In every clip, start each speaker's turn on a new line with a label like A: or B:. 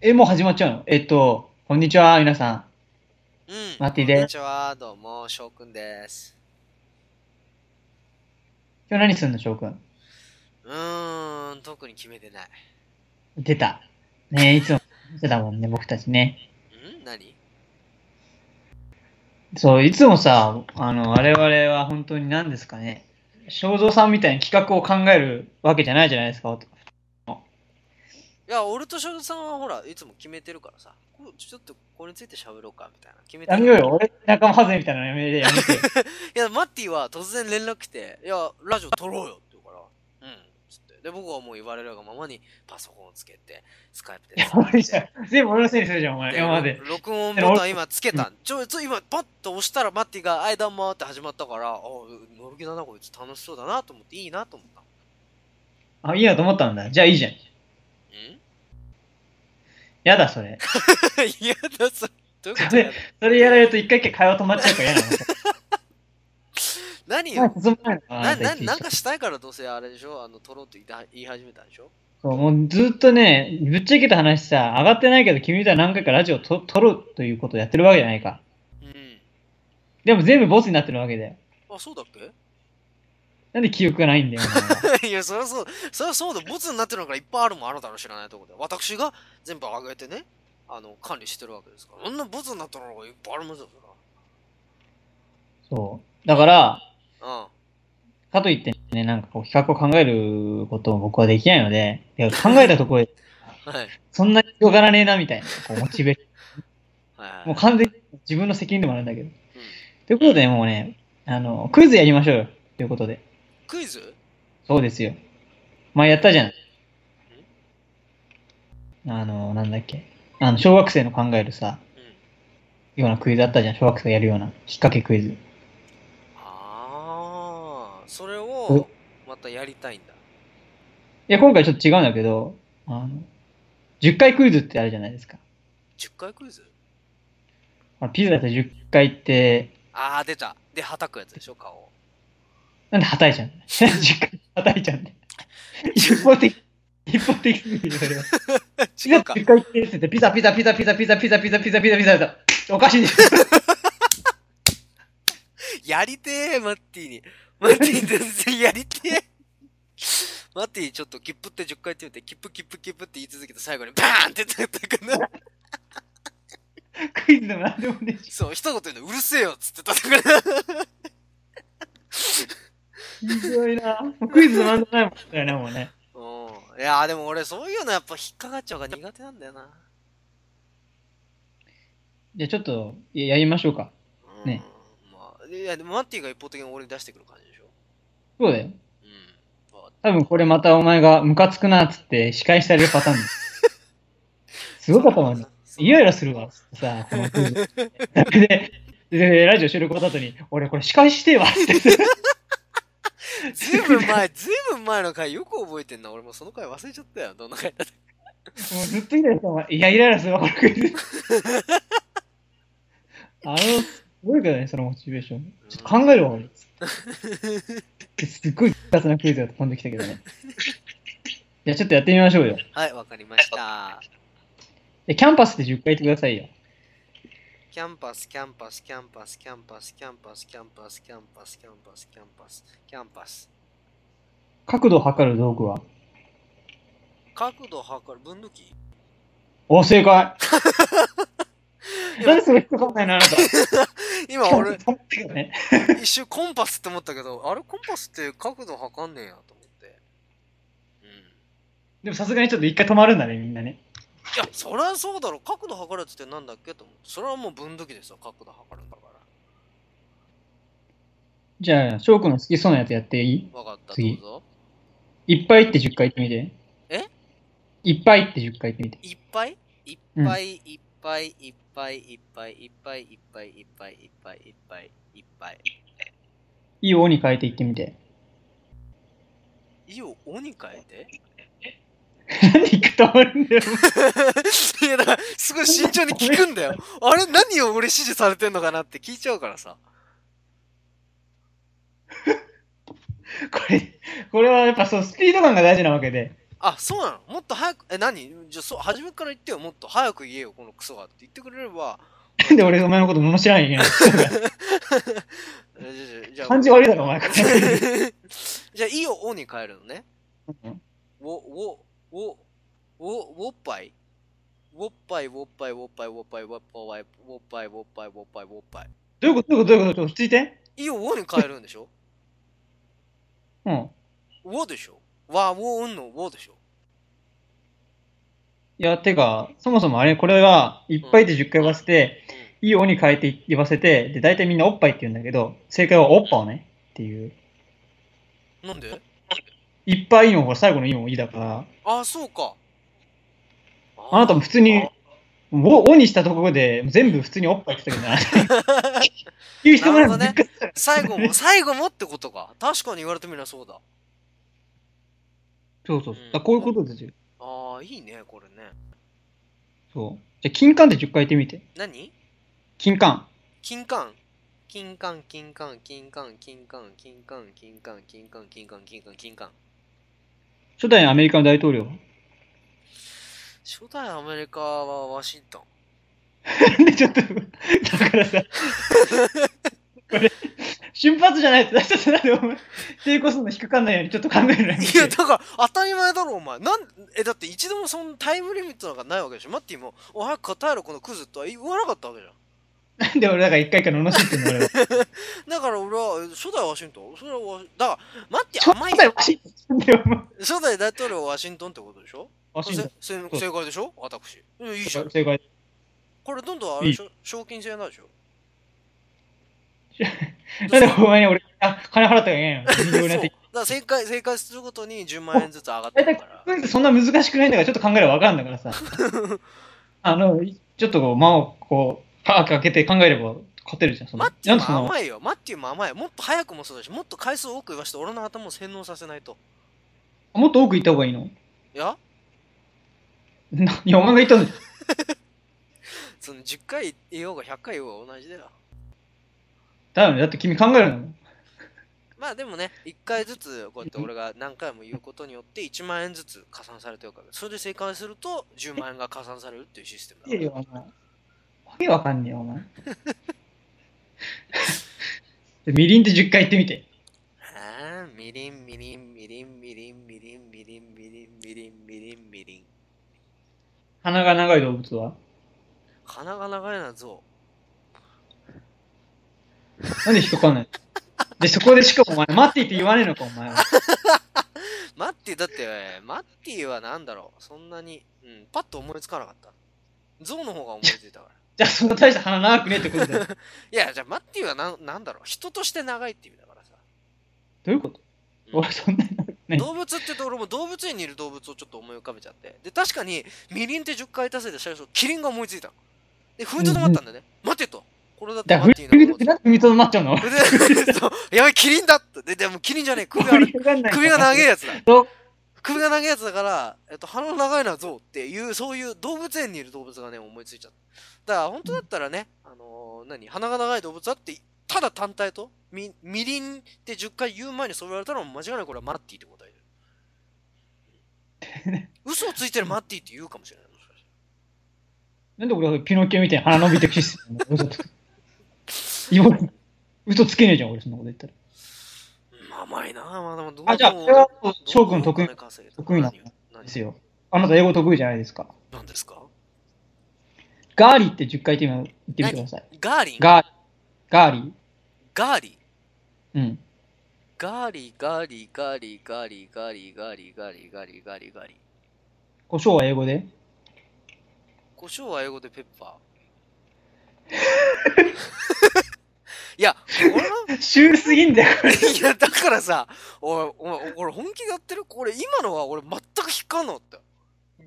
A: え、もう始まっちゃうのえっと、こんにちは、皆さん。
B: うん。
A: マッティ
B: こんに
A: です。
B: ちは、どうも、翔くんです。
A: 今日何すんの、翔くん。
B: うーん、特に決めてない。
A: 出た。ねいつも見てたもんね、僕たちね。
B: ん何
A: そう、いつもさ、あの、我々は本当に何ですかね。正蔵さんみたいに企画を考えるわけじゃないじゃないですか。
B: いや、俺と翔太さんはほら、いつも決めてるからさ、こちょっとこれについて喋ろうか、みたいな。決めて
A: や
B: る
A: めようよ、俺、仲間外れみたいなのやめて、やめ て。
B: いや、マッティは突然連絡来て、いや、ラジオ撮ろうよって言うから、うん、つって。で、僕はもう言われるがままに、パソコンをつけて、スカイプでつな
A: 俺
B: い
A: じゃ
B: で。
A: ん全部俺のせいにするじゃん、お前。
B: で
A: 今まで。
B: 録音ボタン今つけた。ちょ、ちょ、今パッと押したらマッティが、あいだんまーって始まったから、あ、乗る気だな、こいつ楽しそうだなと思って、いいなと思った。
A: あ、いいなと思ったんだ。じゃあいいじゃん。
B: ん
A: やだ、それ。
B: 嫌だそれどういうこ
A: そ
B: とやだ
A: れ、それやられると一回一回会話止まっちゃうから 嫌なの。
B: 何
A: 前
B: よ
A: 進まないのかな
B: な
A: あんた
B: な
A: ち
B: い
A: いち
B: なんかしたいからどうせあれでしょあの取ろうと言いだ言い始めたんでしょ
A: そう、もうずっとね、ぶっちゃけた話さ、上がってないけど、君みたいに何回かラジオと撮るということをやってるわけじゃないか。
B: うん
A: でも全部ボスになってるわけだよ。
B: あそうだっ
A: なんで記憶がないんだよ、お前は
B: け いやそりゃそうそりゃそうだボツになってるのからいっぱいあるもんあなたの知らないところで私が全部上げてねあの管理してるわけですからそんなボツになってるのがいっぱいあるもんですよ
A: そう。だから、
B: そりゃ
A: かといってね、なんかこう企画を考えることを僕はできないので、いや考えたところで、
B: うんはい
A: そんなに広がらねえな、みたいな、こう、モチベーシ
B: はい
A: ョ
B: は い
A: ン。もう完全に自分の責任でもあるんだけど。ということで、もうね、あの、クイズやりましょうよ。ということで。
B: クイズ
A: そうですよ。前やったじゃん。あの、なんだっけ。あの、小学生の考えるさ、
B: うん
A: ようなクイズあったじゃん。小学生がやるような、引っ掛けクイズ。
B: ああそれをまたやりたいんだ
A: いや、今回ちょっと違うんだけど、あの、10回クイズってあるじゃないですか。
B: 10回クイズ
A: あのピザだって10回って、
B: ああ出たで叩くやつでしょ 顔を
A: なんで叩いちゃうんだ ?10 回叩いちゃうんだよ。一方的、一方的すぎる、それは。ピ
B: 違
A: ザ
B: うか
A: 10回って言ってて、ピザピザピザピザピザピザピザピザピザピザピザ。おかしいでしょ。
B: やりてえ、マッティに。マッティ全然やりてえ。マッティちょっと切符って10回って言って、切符切符切符って言い続けて最後にバーンって叩くな。
A: クイズでもなんでもねえし。
B: そう、一言でうるせえよっつって叩くな。
A: ひどいな。もうクイズなんでもないもんだよね、もうね。
B: うん。いやーでも俺そういうのやっぱ引っかかっちゃうから苦手なんだよな。
A: じゃあちょっとややりましょうか。
B: うん。
A: ね
B: まあ、いや、でもマッティが一方的に俺に出してくる感じでしょ。
A: そうだよ。
B: うん。わかっ
A: 多分これまたお前がムカつくなっつって仕返したれるパター ンだよすごかったもんね。
B: そう
A: イライラするわ。さあ、このクイズ。 で、でラジオ収録終わった後に、俺これ仕返してえわって。
B: ずいぶん前、ずいぶん前の回よく覚えてんな。俺もうその回忘れちゃったよ。どんな回だったか
A: もうずっとイライラしたお前。いや、イライラするわ、このクイズ。あの、すごいけどね、そのモチベーション。ちょっと考えるわ、俺。すっごい雑なクイズが飛んできたけどね。じゃあちょっとやってみましょうよ。
B: はい、わかりました。
A: でキャンパスって10回言ってくださいよ。
B: キャンパス、キャンパス、キャンパス、キャンパス、キャンパス、キャンパス、キャンパス、キャンパス、キャンパス、キャンパス。
A: 角度を測る道具は
B: 角度を測る分度器
A: お、正解
B: 今
A: なんでそれ引っかかんないな、あなた。
B: 今俺、
A: そんなことね
B: 一瞬コンパスって思ったけど、あれコンパスって角度測んねえやと思って。うん。い
A: でもさすがにちょっと一回止まるんだね、みんなね。
B: や、そりゃそうだろ。角度測るやつってなんだっけと思って。それはもう分度器でさ、角度測るんだから。
A: じゃあ、翔くんの好きそうなやつやってい
B: わかった、ど
A: 次
B: うぞ。
A: いいっぱいって10回言ってみて。
B: え
A: いっぱいって10回言ってみて。
B: いっぱいいっぱいいっぱいいっぱいいっぱいいっぱいいっぱいいっぱいいっぱいいっぱいいっぱい。
A: いいおに変えて言ってみて。
B: いをおに変えて
A: なんで一回止まるんだよ。
B: いやだからすごい慎重に聞くんだよ。あれ何を俺指示されてんのかなって聞いちゃうからさ。
A: これ、これはやっぱそう、スピード感が大事なわけで。
B: あ、そうなのもっと早く、え、何じゃあ、そう、初めから言ってよ、もっと早く言えよ、このクソがって言ってくれれば。
A: で、俺、お前のこと罵らなきゃい けない。
B: えじゃあじゃあ、
A: 感じ悪いだろ、 お前。
B: じゃあ、いをおに変えるのね。
A: うん
B: ウォ、ウォ、ウォ、ウォ、ウォッパイウォッパイ、ウォッパイ、ウォッパイ、ウォッパイ、ウォッパイ、ウォッパイ、ウォッパイ、ウォッパイ、ウォッパイ。
A: どういうことどういうことどういうこと落ち着いて。
B: いをおに変えるんでしょ
A: うん。
B: ウォでしょわ、ウォ、うんのウォでしょ
A: いや、てか、そもそもあれ、これは、いっぱいで10回言わせて、
B: う
A: いいおに変えて言わせて、で、大体みんなおっぱいって言うんだけど、正解はおっぱをね、っていう。
B: ん。なんで
A: いっぱいいいのも、ほら最後のいいのもいいだから、
B: あ、そうか。
A: あなたも普通に、お、おにしたところで、全部普通におっぱいって言ったけ どな。言う人もないもん
B: なる
A: ね
B: ほ。 最後も、最後もってことか。確かに言われてみればそうだ。
A: そうそうそう。だからこういうことですよ。
B: ああ、いいね、これね。
A: そう。じゃあ、金管で10回言ってみて。
B: 何
A: 金管。
B: 金管金管、金管、金管、金管、金管、金管、金管、金管、金管、金管。
A: 初代のアメリカの大統領。
B: 初代アメリカはワシントン。
A: で、ちょっと、だからさ、これ、瞬発じゃないと、ちょっとなんでお前、抵抗するの引っかかんないようにちょっと考えるなよ。
B: いや、だから当たり前だろ、お前。なん、え、だって一度もそのタイムリミットなんかないわけでしょ。マッティも、お早く答えろ、このクズとは言わなかったわけじゃん。
A: なんで俺だから一回から罵ってんの俺 は。
B: だから俺は、え初代ワシントンそれはワシ、だから、マッティ
A: 初
B: 甘いよ。
A: 代ワシントンだよ、お前。
B: 初代大統領はワシントンってことでしょ
A: ワシントン。
B: せせ
A: そう
B: 正解でしょ私。うんいいじゃん。
A: 正解。
B: これどんどんあれでしょ賞金制なんでしょ
A: なんでお前に俺、あ、金払ったらいけないの
B: そう
A: 右
B: だ
A: 上になっ
B: か
A: て
B: ら正解、正解するごとに10万円ずつ上がって
A: 大体
B: るから。
A: クイズそんな難しくないんだから、ちょっと考えればわかるんだからさ。あの、ちょっとこう、間をこう、パー開けて考えれば勝てるじゃん、その。
B: マッテ
A: な
B: ィ
A: んでそ
B: も
A: の、
B: 甘いよ。マッティも甘い。もっと早くもそうだし、もっと回数多く言わして俺の頭を洗脳させないと。
A: もっと多く言った方がいいの
B: いや
A: いや、お前が言ったんだよ。
B: その10回言おうが100回言おうが同じだよ。
A: だよね、だって君考えるの。
B: まあでもね、1回ずつこうやって俺が何回も言うことによって1万円ずつ加算されてるから、それで正解すると10万円が加算されるっていうシステムだ
A: いや
B: か
A: いや、。
B: ら
A: お前。わけわかんねえよ、お前。 でみりんって10回言ってみて。
B: ああ、みりんみりんみりんみりんみりんみりんみりんみりんみりんみりん。
A: 鼻が長い動物は
B: 鼻が長いなぞ。
A: なんで引っかかんないで、そこでしかもお前、待っていって言わねえのか、お前は。
B: マッティ、だって、マッティはなんだろう。そんなに、うん、パッと思いつかなかった。ゾウの方が思いついたから。
A: じゃあ、そんな大した鼻長くねえってことだよ。ど
B: いや、じゃあマッティはなんなんだろう。人として長いって意味だからさ。
A: ういうこと
B: うん
A: 俺、そんなに長くない。
B: 動物って言うと俺も動物園にいる動物をちょっと思い浮かべちゃって。で、確かに、みりんって10回足せで最初、キリンが思いついたの。で、ふんと止まったんだよね。待てと。これだって
A: だか
B: マ
A: ら、
B: ッ
A: 振
B: ティ
A: り
B: の方
A: 振
B: が
A: りだって
B: 思いついた
A: なんで見とまっちゃうの
B: それでそうやばい、キリンだって。で、でもキリンじゃねえ。首がある
A: 振りかかんない
B: 首が長いやつだ
A: そう。
B: 首が長いやつだから、えっと、鼻の長いのはゾウっていう、そういう動物園にいる動物がね、思いついちゃった。だから、本当だったらね、あのー何、鼻が長い動物だって、ただ単体と、み、みりんって10回言う前にそう言われたら、間違いなくこれはマッティって答え る。嘘をついてるマッティって言うかもしれない。もしかして
A: なんで俺はピノキオみたいに鼻伸びてキスするの嘘つく。今、嘘つけねえじゃん、俺、そんなこと言ったら。
B: うん甘いなぁ、まあ、でもどう
A: あ、じゃあ、
B: どう
A: これは、翔くん得意
B: どうお金稼げた
A: 得意な
B: 何何
A: ですよ。あなた英語得意じゃないですか。
B: 何ですか
A: ガーリーって10回言ってみ言ってみてください。
B: ガーリン
A: ガーリー。ガーリー。
B: ガーリー
A: うん。
B: ガーリーガーリーガーリーガーリーガーリーガーリーガーリーガーリーガーリーガーリー
A: 胡椒は英語で
B: 胡椒は英語でペッパーいや、これ
A: シュールすぎんだよ、これ。
B: ないや、だからさ、おい、お前、これ本気でやってるこれ今のは俺全く引っかんなかったよ。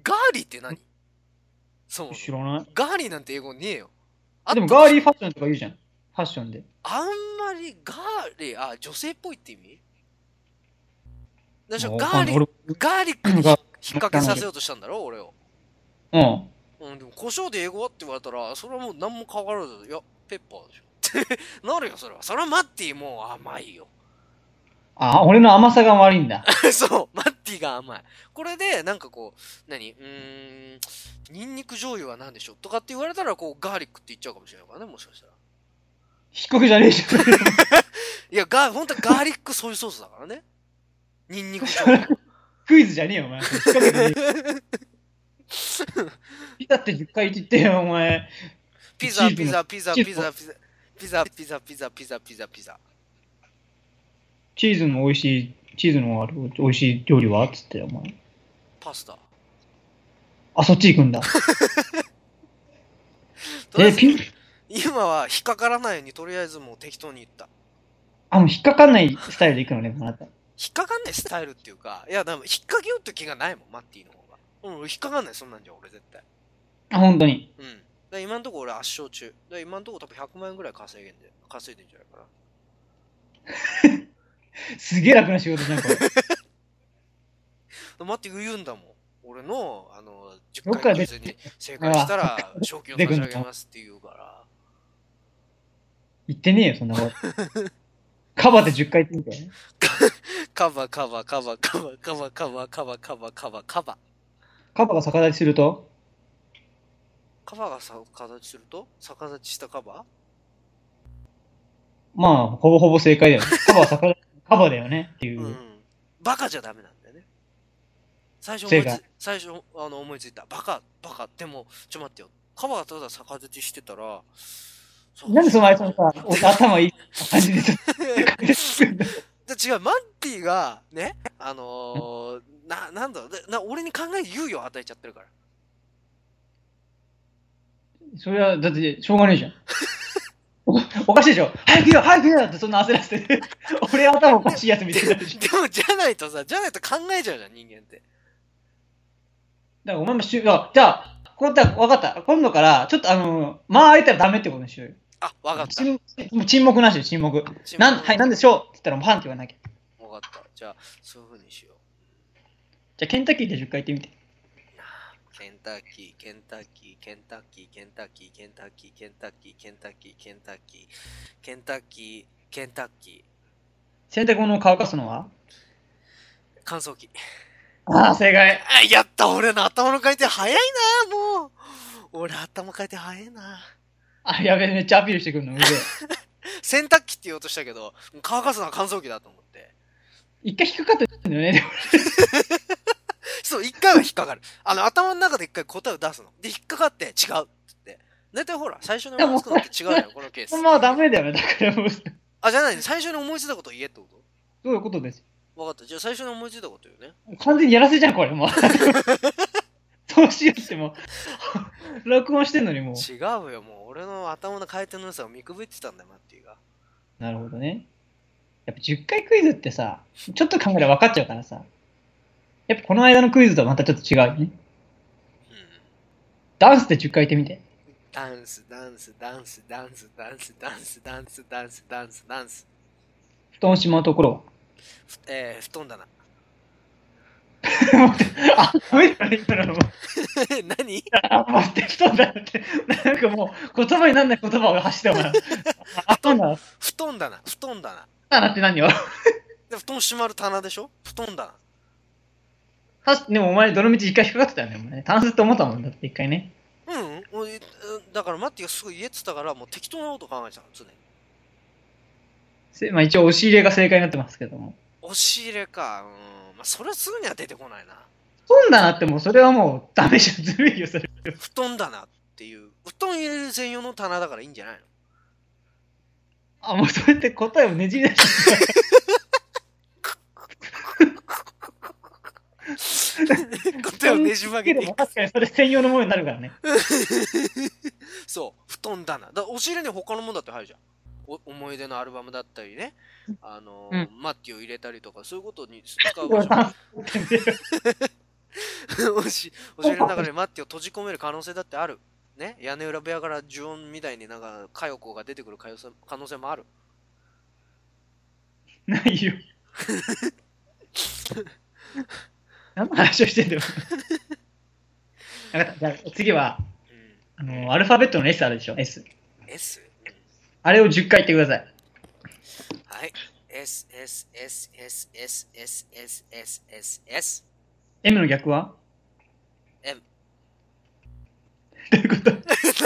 B: ガーリーって何そも
A: 知
B: そも。
A: らない。
B: ガーリーなんて英語ねえよ。
A: あ、でもガーリー
B: ー
A: ファッションとか言うじゃん。ファッションで。
B: あんまりガーリー、あ、女性っぽいって意味でしょ、
A: もう
B: ガーリ
A: わ
B: ー、
A: か
B: ガーリックに引っ
A: ガー
B: 掛けさせようとしたんだろ、俺を。
A: んないうん。
B: うん、でも、胡椒で英語はって言われたら、それはもう何も変わらず、いや、ペッパーでしょ。ってなるよ、それは。それはマッティもう甘いよ。
A: あ、俺の甘さが悪いんだ。
B: そう、マッティが甘い。これで、なんかこう、何うーん、ニンニク醤油は何でしょうとかって言われたら、こう、ガーリックって言っちゃうかもしれないからね、もしかしたら。
A: 低くじゃねえじゃん。
B: いや、ガー、本当はガーリックソイソースだからね。ニンニク醤油。
A: クイズじゃねえよ、お前。引っ掛けてねえだって10回言ってよ、お前。
B: ピザ、
A: チーズ
B: ピザ、ピザ、
A: チ
B: ピ
A: ーズ
B: ザ、ピザ、ピザ、ピザ、ピザ、ピザ、ピザ、ピザ。
A: チーズの美味しい、チーズのある美味しい料理はつって、お前。
B: パスタ。
A: あ、そっち行く んだ。
B: とりあ
A: え、
B: えず
A: ピン、
B: 今は引っかからないように、とりあえずもう適当に言った。
A: あ、もう引っかかんないスタイルで行くのね、あなた。
B: 引っかかんないスタイルっていうか、いや、でも引っ掛けようって気がないもん、マッティの方が。うん、引っかかんない、そんなんじゃ俺絶対。
A: あ、本当に。
B: うん。だから今んとこ俺圧勝中。だから今んとこ多分100万円ぐらい稼げんで、稼いでんじゃないかな。
A: すげえ楽な仕事じゃん、こ れ。
B: でマッティ言うんだもん。俺の、あの、
A: ど
B: 10
A: っか
B: 回
A: で
B: クイズに正解したら、賞金を差し上げますって言うから。
A: 言ってねえよ、そんなこと。カバーで10回言ってみたよ。
B: カバカバカバカバカバカバカバカバカバカバ
A: カバーが逆立ちすると、
B: カバがさ逆立ちすると逆立ちしたカバ
A: まあ、ほぼほぼ正解だよね。カバーは逆立ち、カバーだよねっていう。
B: うんバカじゃダメなんだよね最初思い
A: 正
B: つ最初あの思いついたバカバカでもちょ待ってよカバがただ逆立ちしてたら
A: なんでそのあいつのさ、お 頭いい感じでさ、
B: で違う、マンティが、ね、あのー、な、なんだろう、でな、俺に考える猶予を与えちゃってるから。
A: それは、だって、しょうがねえじゃん。おおかしいでしょ早く言おう早く言おうってそんな焦らせて。俺頭おかしいやつみたいになってるじゃん
B: でも、じゃないとさ、じゃないと考えちゃうじゃん、人間って。
A: だからお前もしゅ、あじゃあ、今度は分かった。今度から、ちょっとあの、間空いたらダメってことにしようよ。
B: あ、わかった。
A: 沈もう沈黙なしよ、沈黙。なん、はい、なんでしょうって言ったらもうパンって言わなきゃ。
B: わかった。じゃあ、そういうふうにしよ
A: じゃあ、ケンタッキーで10回言ってみて。
B: う。ケンタッキー、ケンタッキー、ケンタッキー、ケンタッキー、ケンタッキー、ケンタッキー、ケンタッキー、ケンタッキー、ケンタッキー、ケンタッキ
A: 洗濯物を乾かすのは
B: ー、乾燥機。
A: ああ、正解。
B: あ、やった俺の頭の回転早いなもう俺頭回転早いな
A: あ、やべえ、めっちゃアピールしてくるの、うぜえ。
B: 洗濯機って言おうとしたけど、乾かすのは乾燥機だと思って。
A: 一回低かったんだよね。でも
B: そう、一回は引っかかる。あの、頭の中で一回答えを出すの。で、引っかかって、違うっつって。だいたいほら、最初に思いつくのって違うじゃん、このケ ース
A: ほん。まはダメだよね。だからもう、そ
B: あ、じゃない、最初に思いついたことを言えってこ
A: ういうことです。
B: とわかった。じゃあ最初に思いついたこと言うね。
A: 完全にやらせじゃん、これ、 もう。そうしようってもう、録音してんのにも
B: 違うよ、もう俺の頭の回転の良さを見くびってたんだよ、マッティが。
A: う。なるほどね。やっぱ10回クイズってさ、ちょっと考えれば分かっちゃうからさ。やっぱこの間のクイズとはまたちょっと違うよね。
B: うん。
A: ダンスで10回言ってみて。
B: ダンス、ダンス、ダンス、ダンス、ダンス、ダンス、ダンス、ダンス、ダンス、ダンス。
A: 布団をしまうところは。
B: ふえー、布団だな。
A: あ、ダメだね、今のも。
B: 何
A: あ、待って、布団だって。なんかもう、言葉になんない言葉が走ってお前。あ、布団だ。
B: 布団だな、布団だな。
A: だなって何よ。
B: で、布団閉まる棚でしょ布団だな。
A: 確かでもお前、どの道一回引っかかってたよね、お前ね。単数って思ったもんだって、一回ね。
B: うん、俺えだからマッティがすぐ言えってたから、もう適当なこと考えちゃうの、常に。
A: せまあ一応、押し入れが正解になってますけども。
B: 押し入れか、うん、まあ、それはすぐには出てこないな。
A: 布団だなってもう、それはもう、ダメじゃん。ずるいよ、それ。
B: 布団だなっていう、布団入れる専用の棚だからいいんじゃないの
A: あ、もうそれって答えをねじり出し
B: 答えをねじ曲げていく。
A: 確かにそれ専用のものになるからね。
B: そう、布団だな。だから押し入れに他のもんだって入るじゃん。お思い出のアルバムだったりね、あのーマッティを入れたりとか、そういうことに使う場所
A: 単
B: 押し押し入れの中でマッティを閉じ込める可能性だってある。ね、屋根裏部屋から呪音みたいになんか、かよこが出てくる可能性可能性もある。
A: ないよ。何の話をしてんだよ。分かった。じゃあ次は、
B: う
A: あの、アルファベットの S あるでしょ、S。
B: ん、S?
A: あれを10回言ってください。
B: はい。 S S S S S S S S S S
A: M の逆は
B: M
A: どういうこと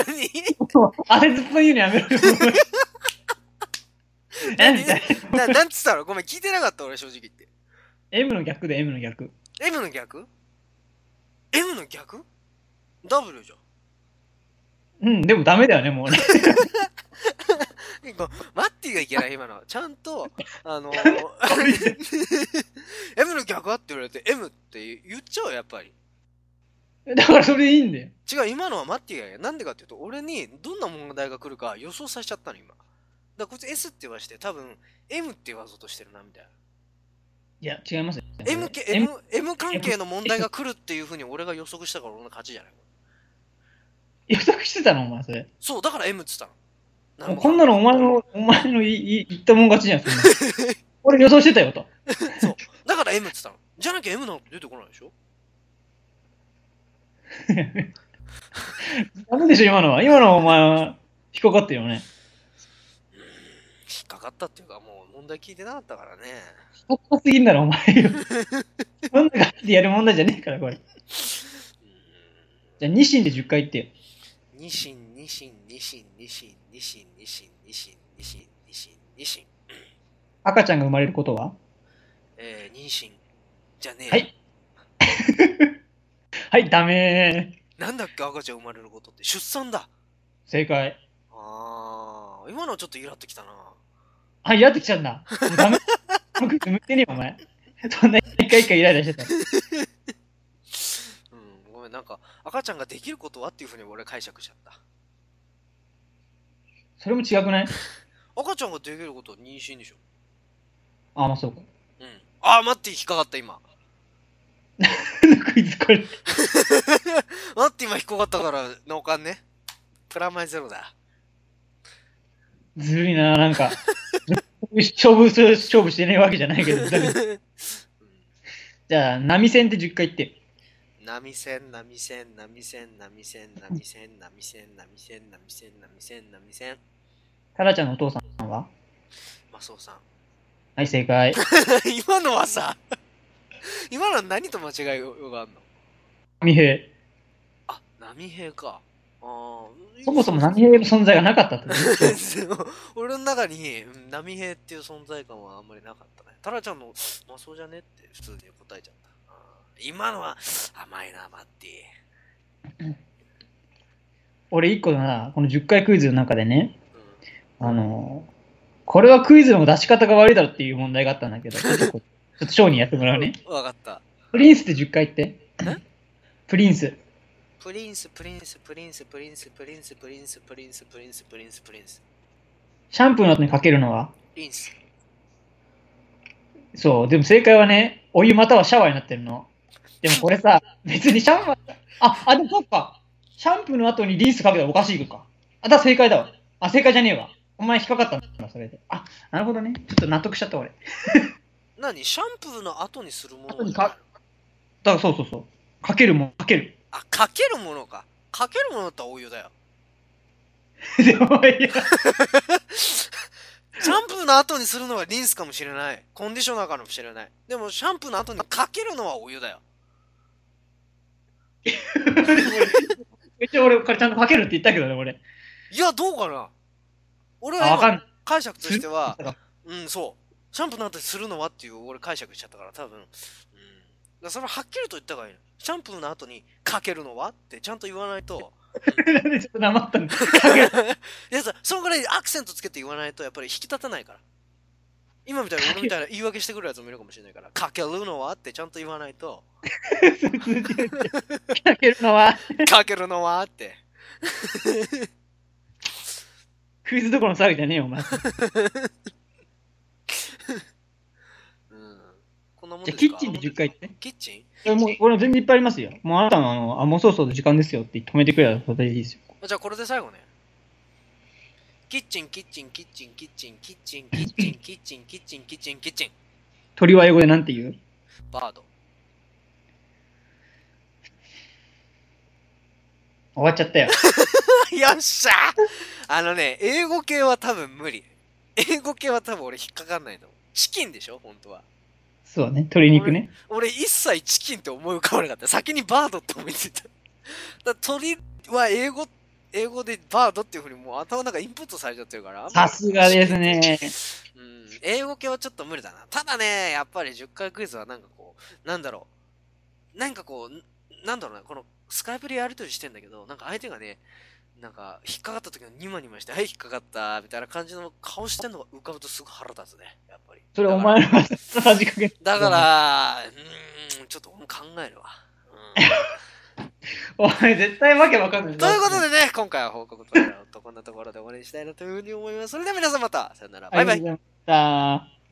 B: 何
A: あれずっと言うのやめろよ。えみたい
B: ななんつったのごめん聞いてなかった俺正直言って
A: M の逆で M の逆。
B: M の逆 ?M の逆 ?W じゃん
A: うん、でもダメだよね、もうね。
B: えごマッティがいけない今のはちゃんとあの M の逆はって言われて M って言っちゃうよやっぱり
A: だからそれでいいんだよ。
B: 違う今のはマッティがいけないなんでかっていうと俺にどんな問題が来るか予想させちゃったの今だからこいつ S って言わして多分 M って言わそうとしてるなみたいない
A: や、違いますよ。
B: M, け M, M 関係の問題が来るっていうふうに俺が予測したから俺の勝ちじゃない
A: 予測してたの、お前それ。
B: そうだから M っつったの
A: もうこんなのお前の、お前のいい言ったもん勝ちじゃん。そんな の俺予想してたよと。
B: そうだから M っつったのじゃなきゃ M なんて出てこないでしょ
A: ダメでしょ、今のは。今のはお前は引っかかってるよね。
B: 引っかかったっていうかもう問題聞いてなかったからね
A: 引っかかすぎんだろ、お前よ。そんな感じでやる問題じゃねえから、これ。じゃあ、2進で10回言ってよ。
B: ニシンニシンニシンニシンニシンニシンニシンニシンニシンニシン
A: 赤ちゃんが生まれることは
B: えー、妊娠じゃねえ、
A: はいはい、ダメ
B: なんだっけ赤ちゃん生まれることって出産だ
A: ー。正解。
B: あー今のはちょっとイラっときたな
A: あ、イラってきちゃうんだ。もうダメ。僕、向いてねえよ、お前。そんな一回一回イライラしてた。
B: うんごめんなんか赤ちゃんができることはっていうふうに俺解釈しちゃった
A: それも違くない
B: 赤ちゃんができることは妊娠でしょ
A: あ、まあそうか。
B: うんあー待って引っかかった今
A: クイズこれ。
B: 待って今引っかかったから脳幹ねプラマイゼロだ
A: ずるいな、なんか。勝負する、勝負してねえわけじゃないけど。だけどじゃあ、波線って10回言って。
B: 波線波線波線波線波線波線波線波線波線波線
A: タラちゃんのお父さんは
B: マスオさん
A: はい、正解。
B: 今のはさ今のは何と間違いようがあんの
A: 波平。
B: あ波平かあ
A: そもそも波平の存在がなかったってこと。
B: 平 俺の中にうん波平っていう存在感はあんまりなかったねタラちゃんのマスオじゃねって普通に答えちゃったあー今のは甘いなマッティ
A: 俺一個な、この10回クイズの中でね、
B: うん
A: あのーこれはクイズの出し方が悪いだろっていう問題があったんだけど、ちょっとこうちょっとショーにやってもらうね。
B: わかった
A: プリンスって10回言って。プリンス。
B: プリンスプリンスプリンスプリンスプリンスプリンスプリンスプリンスプリンスプリンス
A: シャンプーの後にかけるのは
B: リンス
A: そう、でも正解はね、お湯またはシャワーになってるの。でもこれさ、別にシャンプー、あ、あ、でもそっか。シャンプーの後にリンスかけたらおかしいか。あ、だから正解だわ。あ、正解じゃねえわ。お前引っかかったんだ、それで。あ、なるほどね。ちょっと納得しちゃった俺。だ
B: 何シャンプーの後にするもの
A: 後に
B: じゃない
A: かからそうそうそう。かけるもん、かける。
B: あかけるものかかけるものだったらお湯だよ
A: でもいや、
B: シャンプーの後にするのはリンスかもしれないコンディショナーかもしれないでもシャンプーの後にかけるのはお湯だよ
A: 一応俺、これちゃんとかけるって言ったけどね、俺。
B: いやどうかな俺
A: あ、わか
B: は
A: ん
B: 今
A: ない。
B: 解釈としてはうんそうシャンプーの後にするのはっていう俺解釈しちゃったから多分うんだからそれははっきりと言った方がいいのシャンプーの後にかけるのはってちゃんと言わないと
A: なんでちょっと黙ったんだ。かける。
B: いやさ、そんぐらいアクセントつけて言わないと、やっぱり引き立たないから。今みたいに俺みたいな言い訳してくるやつもいるかもしれないから、かけるのはってちゃんと言わないと、
A: かけるのは、
B: かけるのはって。
A: クイズどころの騒ぎじゃねえよ、お前。
B: うん。こんなもん
A: じ
B: で
A: ゃあキッ
B: すか
A: チンで10回言って。
B: キッチン
A: いやもう俺全然いっぱいありますよ。もうあなたのあの、あ、もうそろそろ時間ですよって止めてくれたらそれでいいですよ。
B: あじゃあこれで最後ね。キッチン、キッチン、キッチン、キッチン、キッチン、キッチン、キッチン、キッチン、キッチン、キッチン。
A: 鳥は英語でなんて言う
B: バード。
A: 終わっちゃったよ。
B: よっしゃあのね、英語系は多分無理。英語系は多分俺引っかかんないと思う。チキンでしょ本当は。
A: そうね、鶏肉ね。
B: 俺一切チキンって思い浮かばなかった。先にバードって思いついた。だから鳥は英語、英語でバードっていうふうにもう頭の中インプットされちゃってるから。
A: さすがですね。
B: うん。英語系はちょっと無理だな。ただね、やっぱり10回クイズはなんかこう、なんだろう。なんかこう、なんだろうな、このスカイプでやりとりしてんだけど、なんか相手がね、なんか引っかかった時のニマニマして、はい、引っかかった、みたいな感じの顔してんのが浮かぶとすごい腹立つね。やっぱり。
A: それ
B: だ
A: お
B: から
A: 前のさじかけ。
B: だか。ら、うーん、ちょっと俺も考えるわ。
A: お前絶対わけわかんな
B: う ん
A: い。
B: ということでね、今回は報告とこんなところで終わりにしたいなというふうに思います。それでは皆さんまた、さよなら、
A: あ
B: バイ
A: りがと
B: バ
A: う
B: イ
A: ご。ざいました。